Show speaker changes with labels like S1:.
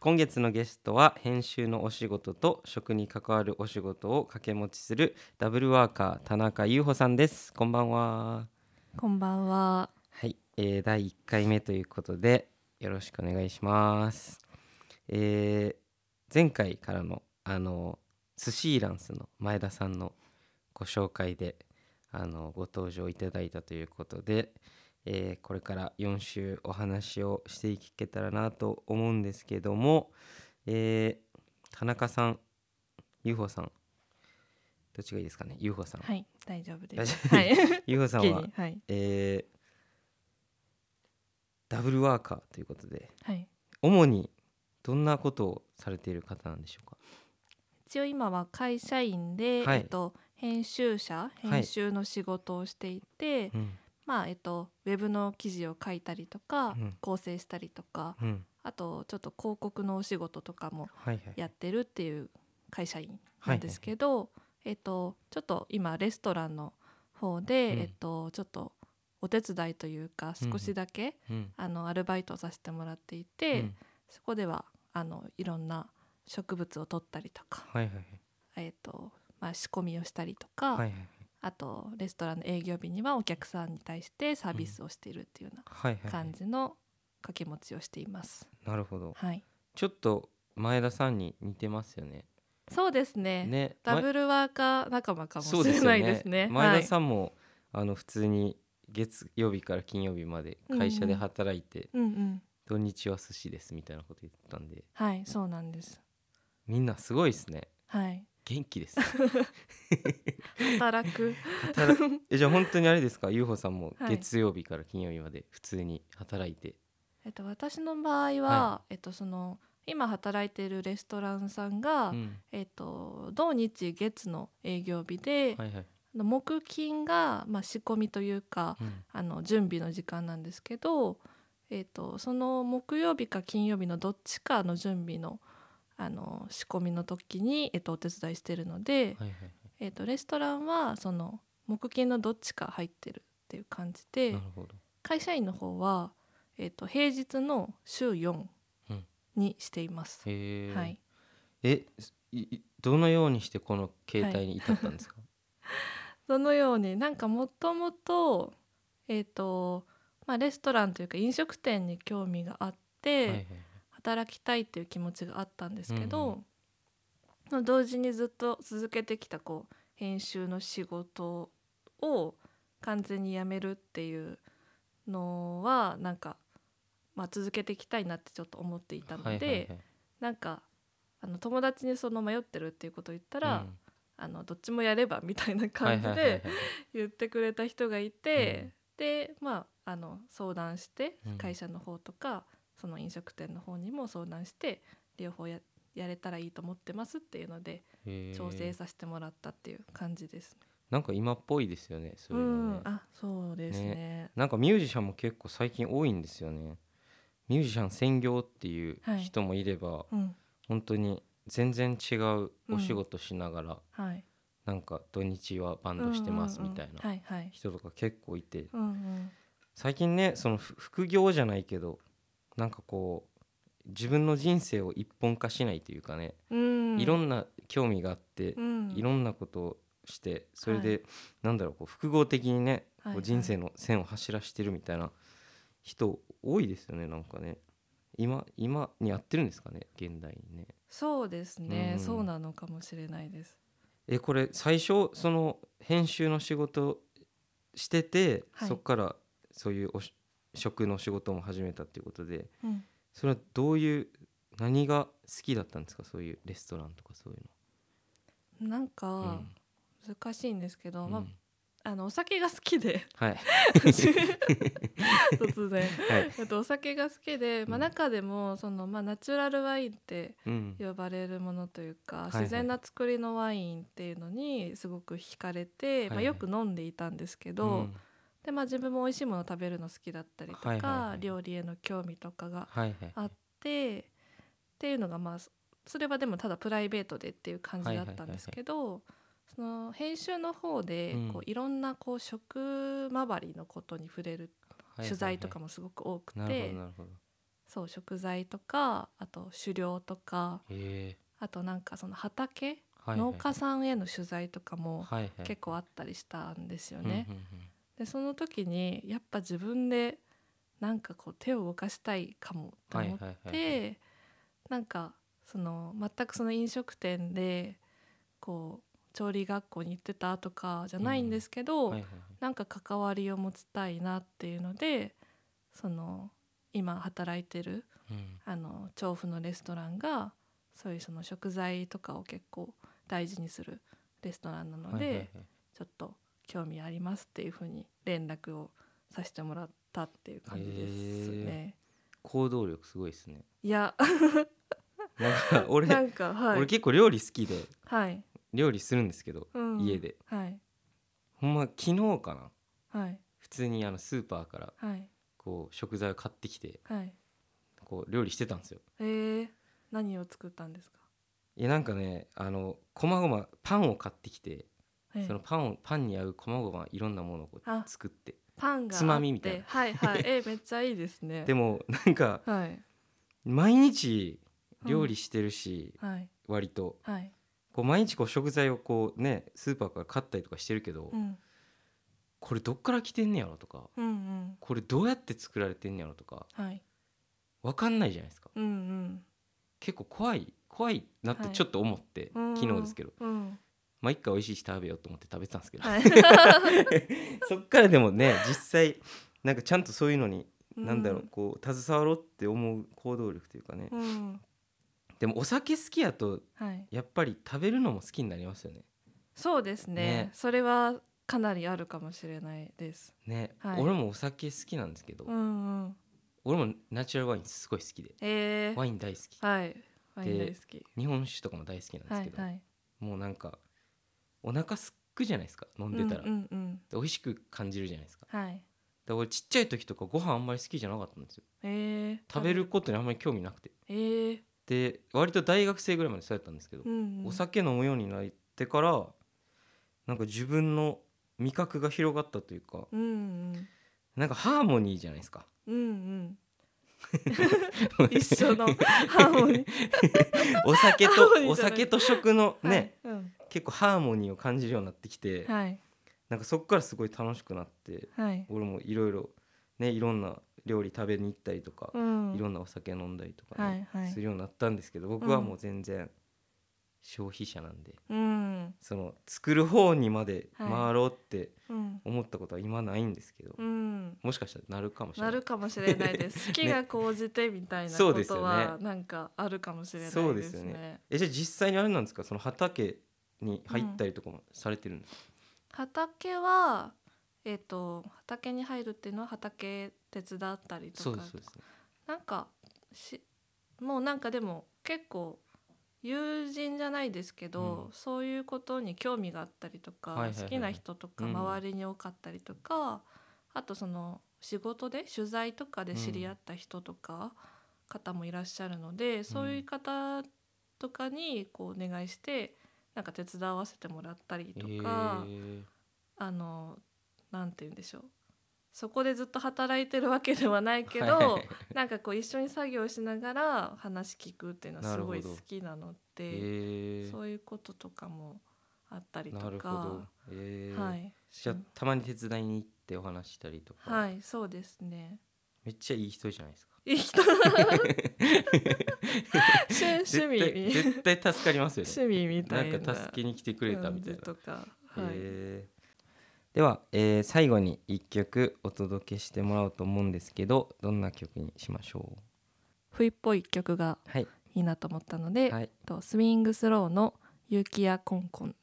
S1: 今月のゲストは編集のお仕事と食に関わるお仕事を掛け持ちするダブルワーカー田中優穂さんですこんばんは
S2: こんばんは。
S1: はい、えー第1回目ということでよろしくお願いします。えー前回からのあのスシーランスの前田さんのご紹介であのご登場いただいたということで、えーこれから4週お話をしていけたらなと思うんですけども、えー田中さん UFO さんどっちがいいですかね UFO さん、
S2: はい、大丈夫です。は
S1: 大
S2: い。
S1: UFO さん
S2: 綺
S1: は
S2: 麗にはい。
S1: えーダブルワーカーということで
S2: はい。
S1: 主にどんなことをされている方なんでしょうか
S2: 一応今は会社員で、
S1: はい
S2: えっと編集者、
S1: い
S2: 編集の仕事をしていて、
S1: うん
S2: まあえっとウェブの記事を書いたりとか、
S1: うん
S2: 構成したりとか、
S1: うん
S2: あとちょっと広告のお仕事とかも
S1: はいはい
S2: やってるっていう会社員なんですけど、えっとちょっと今レストランの方で、
S1: うん
S2: えっとちょっとお手伝いというか少しだけ、
S1: うん
S2: あのアルバイトをさせてもらっていうて、
S1: ん
S2: そこではあのいろんな植物を取ったりとか、
S1: はいはい
S2: えーとまあ、仕込みをしたりとか、
S1: はいはいはい
S2: あとレストランの営業日にはお客さんに対してサービスをしているっていうよう
S1: はいは
S2: ない
S1: は
S2: 感
S1: い
S2: じの掛け持ちをしています。
S1: なるほど
S2: はい、
S1: ちょっと前田さんに似てますよね
S2: そうですね
S1: ね
S2: ダブ
S1: ル
S2: ルワーカー仲間かもしれないですね。
S1: 前田さんもあの普通に月曜日から金曜日まで会社で働いて
S2: はい、うんうん
S1: 土日は寿司ですみたいなこと言ってたんで
S2: はい、そうなんです。
S1: みんなすごいですね
S2: はい、
S1: 元気です
S2: 働く
S1: 働くえじゃあ本当にあれですか UFO さんも
S2: はい
S1: 月曜日から金曜日まで普通に働いて、
S2: えっと私の場合は、
S1: は
S2: えっとその今働いているレストランさんが、
S1: うん
S2: えっと土日月の営業日で、
S1: はいはい、
S2: あの木金が、まあ、仕込みというか
S1: うん
S2: あの準備の時間なんですけど、えっとその木曜日か金曜日のどっちかの準備のあの仕込みの時に、えっとお手伝いしてるので、
S1: はいはい
S2: えっとレストランはその木金のどっちか入ってるっていう感じで、
S1: なるほど
S2: 会社員の方は、えっと平日の週4
S1: うん
S2: にしています。
S1: へえ、
S2: はい
S1: えすいいどのようにしてこの携帯に至ったんです か、
S2: そのようになんかもともとえっ、と、まあ、レストランというか飲食店に興味があっ
S1: は
S2: て、
S1: いはいはい
S2: 働きたいっていう気持ちがあったんですけ
S1: うん
S2: ど、その同時にずっと続けてきたこう編集の仕事を完全にやめるっていうのはなんか、まあ、続けていきたいなってちょっと思っていたので、
S1: はいはいはい
S2: なんかあの友達にその迷ってるっていうことを言ったら、
S1: うん
S2: あのどっちもやればみたいな感じで。
S1: はいはいはいはい
S2: 言ってくれた人がいて、
S1: うん
S2: でまああの相談して
S1: うん
S2: 会社の方とか、その飲食店の方にも相談して両方ややれたらいいと思ってますっていうので
S1: へえ
S2: 調整させてもらったっていう感じですね。
S1: なんか今っぽいですよねそう
S2: う
S1: いうのね
S2: ん、あそうですね
S1: なんかミュージシャンも結構最近多いんですよねミュージシャン専業っていう人もいれば、
S2: うん
S1: 本当に全然違うお仕事しながら、
S2: はい、
S1: なんか土日はバンドしてますみたい
S2: うんうんうん
S1: な
S2: はいはい
S1: 人とか結構いて
S2: うんうん
S1: 最近ねそのふ副業じゃないけどなんかこう自分の人生を一本化しないというかね、
S2: うん、
S1: いろんな興味があって
S2: う、ん
S1: いろんなことをしてそれで、なんだろうこう複合的にね、こう
S2: はいはい
S1: 人生の線を走らしてるみたいな人多いですよねなんかね今今にやってるんですかね現代にね。
S2: そうですね、
S1: うん
S2: そうなのかもしれないです。
S1: えこれ最初その編集の仕事してて、
S2: はい
S1: そこからそういうおし食の仕事も始めたっていうことで
S2: うん、
S1: それはどういう何が好きだったんですかそういうレストランとかそういう
S2: なん
S1: の。
S2: か難しいんですけど、
S1: うん
S2: ま
S1: うん
S2: あ、あのお酒が好きで
S1: はい、
S2: 突然
S1: はい
S2: えっとお酒が好きで、ま
S1: うん
S2: あ、中でもその、まあ、ナチュラルワインって
S1: うん
S2: 呼ばれるものというか
S1: いはい
S2: 自然な作りのワインっていうのにすごく惹かれて、
S1: い
S2: まあ、よく飲んでいたんですけど、
S1: うん
S2: でまあ、自分も美味しいもの食べるの好きだったりとか、
S1: はいはいはい
S2: 料理への興味とかが
S1: はいはい
S2: あってっていうのがまあそそれはでもただプライベートでっていう感じだったんですけど、その編集の方で
S1: うん
S2: こういろんなこう食回りのことに触れる取材とか
S1: も
S2: もすごく多くて、
S1: なるほどなるほど
S2: そう食材とかあと狩猟とか
S1: え
S2: あとなんかその
S1: ー
S2: 畑、
S1: はいはい、
S2: 農家さんへの取材とかも
S1: はいはい
S2: 結構あったりしたんですよね。
S1: うんうんうん
S2: でその時にやっぱ自分でなんかこう手を動かしたいかもと
S1: はい
S2: 思っ
S1: はい
S2: て、
S1: はいはい
S2: なんかその全くその飲食店でこう調理学校に行ってたとかじゃないんですけど、
S1: はいはいはい
S2: なんか関わりを持ちたいなっていうのでその今働いてる
S1: うん
S2: あの調布のレストランがそういうその食材とかを結構大事にするレストランなの
S1: は
S2: で。
S1: いはいはい
S2: ちょっと興味ありますっていうふうに連絡をさせてもらったっていう感じですね。
S1: 行動力すごいですね
S2: いや
S1: なん か俺
S2: なんかは
S1: 俺
S2: い
S1: 結構料理好きで
S2: はい、
S1: 料理するんですけど、
S2: うん
S1: 家で
S2: はい
S1: ほんま昨日かな
S2: はい
S1: 普通にあのスーパーから
S2: はい
S1: こう食材を買ってきて
S2: はい
S1: こう料理してたんですよ
S2: えー、何を作ったんですか。
S1: いやなんかねあのこまごまパンを買ってきて、
S2: ええ
S1: そのパンをパンに合うこまごまいろんなものをこ
S2: あ
S1: う作って
S2: パンがあって
S1: つまみみたいな
S2: はいはいえーめっちゃいいですね。
S1: でもなんか
S2: はい
S1: 毎日料理
S2: し、
S1: してるし、
S2: うんはい
S1: 割と
S2: はい
S1: こう毎日こう食材をこうねスーパーから買ったりとかしてるけど、
S2: うん
S1: これどっから来てんねやろとか
S2: うんうん
S1: これどうやって作られてんねやろとか
S2: はい
S1: 分かんないじゃないですか
S2: うんうん
S1: 結構怖い怖いなって
S2: はい
S1: ちょっと思って、
S2: うん
S1: 昨日ですけど
S2: うん
S1: まあ一回美味しいし食べようと思って食べてたんですけど、
S2: はい
S1: そっからでもね実際なんかちゃんとそういうのに、なんだろうこう携わろうって思う行動力というかね、
S2: うん、うん、
S1: でもお酒好きやと
S2: はい
S1: やっぱり食べるのも好きになりますよね。
S2: そうですね
S1: ね
S2: それはかなりあるかもしれないです。
S1: ね、
S2: はい
S1: 俺もお酒好きなんですけど、
S2: うんうん、
S1: 俺もナチュラルワインすごい好きで
S2: えー、
S1: ワイン大好き
S2: はいワイン
S1: で
S2: 大好き
S1: 日本酒とかも大好きなんで
S2: は
S1: すけ
S2: い
S1: ど、
S2: はい
S1: もうなんかお腹すっくじゃないですか飲んでたら、
S2: うんうんうん
S1: で美味しく感じるじゃないですか
S2: はい
S1: で俺ちっちゃい時とかご飯あんまり好きじゃなかったんですよ
S2: えー、
S1: 食べることにあんまり興味なくて
S2: えー、
S1: で割と大学生ぐらいまでそうやったんですけど
S2: う、ん、うん、
S1: お酒飲むようになってからなんか自分の味覚が広がったというか
S2: うんうん
S1: なんかハーモニーじゃないですか
S2: うんうん一緒 のハーモニー
S1: お酒と
S2: ハーモニーじゃない
S1: お酒と食のね、
S2: はいうん
S1: 結構ハーモニーを感じるようになってきて、
S2: はい
S1: なんかそこからすごい楽しくなって
S2: はい
S1: 俺もいろいろねいろんな料理食べに行ったりとか、
S2: うん
S1: いろんなお酒飲んだりとかね、
S2: はいはい
S1: するようになったんですけど僕はもう全然消費者なんで、
S2: うん
S1: その作る方にまで
S2: はい
S1: 回ろうって
S2: うん
S1: 思ったことは今ないんですけど、
S2: うん
S1: もしかしたらなるかもしれな
S2: ないるかもしれな いです。好きが高じてみたいな
S1: そ
S2: こ
S1: うですよ
S2: と
S1: ね
S2: はなんかあるかもしれないですね。
S1: そうですよねえじゃあ実際にあれなんですかその畑に入ったりとかもされてるんですか、
S2: 畑はえっ、と畑に入るっていうのは畑手伝ったり
S1: そ
S2: と
S1: う
S2: か
S1: ですそうですね
S2: なんかしもうなんかでも結構友人じゃないですけど、
S1: うん
S2: そういうことに興味があったりとか、
S1: はいはいはい
S2: 好きな人とか
S1: うん
S2: 周りに多かったりとか、あとその仕事で取材とかで知り合った人とか方もいらっしゃるので、そういう方とかにこうお願いしてなんか手伝わせてもらったりとか。
S1: えー
S2: あのなんて言うんでしょうそこでずっと働いてるわけではないけど、
S1: はい
S2: なんかこう一緒に作業しながら話聞くっていうのはすごい
S1: なる
S2: 好
S1: ほど
S2: きなの
S1: え
S2: で
S1: ー
S2: そういうこととかもあったりと
S1: なるほど
S2: か、、
S1: えー
S2: はい
S1: じゃあたまに手伝いに行ってお話したりとか、
S2: はいそうですね
S1: めっちゃいい人じゃないですか
S2: いい人 趣趣味
S1: 絶
S2: み
S1: 対絶対助かりますよね
S2: 趣味みたい
S1: な
S2: な
S1: んか助けに来てくれたみたい
S2: 感じ
S1: な、
S2: とか、はい
S1: えーでは、えー最後に1曲お届けしてもらおうと思うんですけどどんな曲にしましょ
S2: 冬っぽい曲が
S1: うはい、
S2: いいなと思ったので、
S1: はい、
S2: とスウィングスローの「ゆうきやコンコン」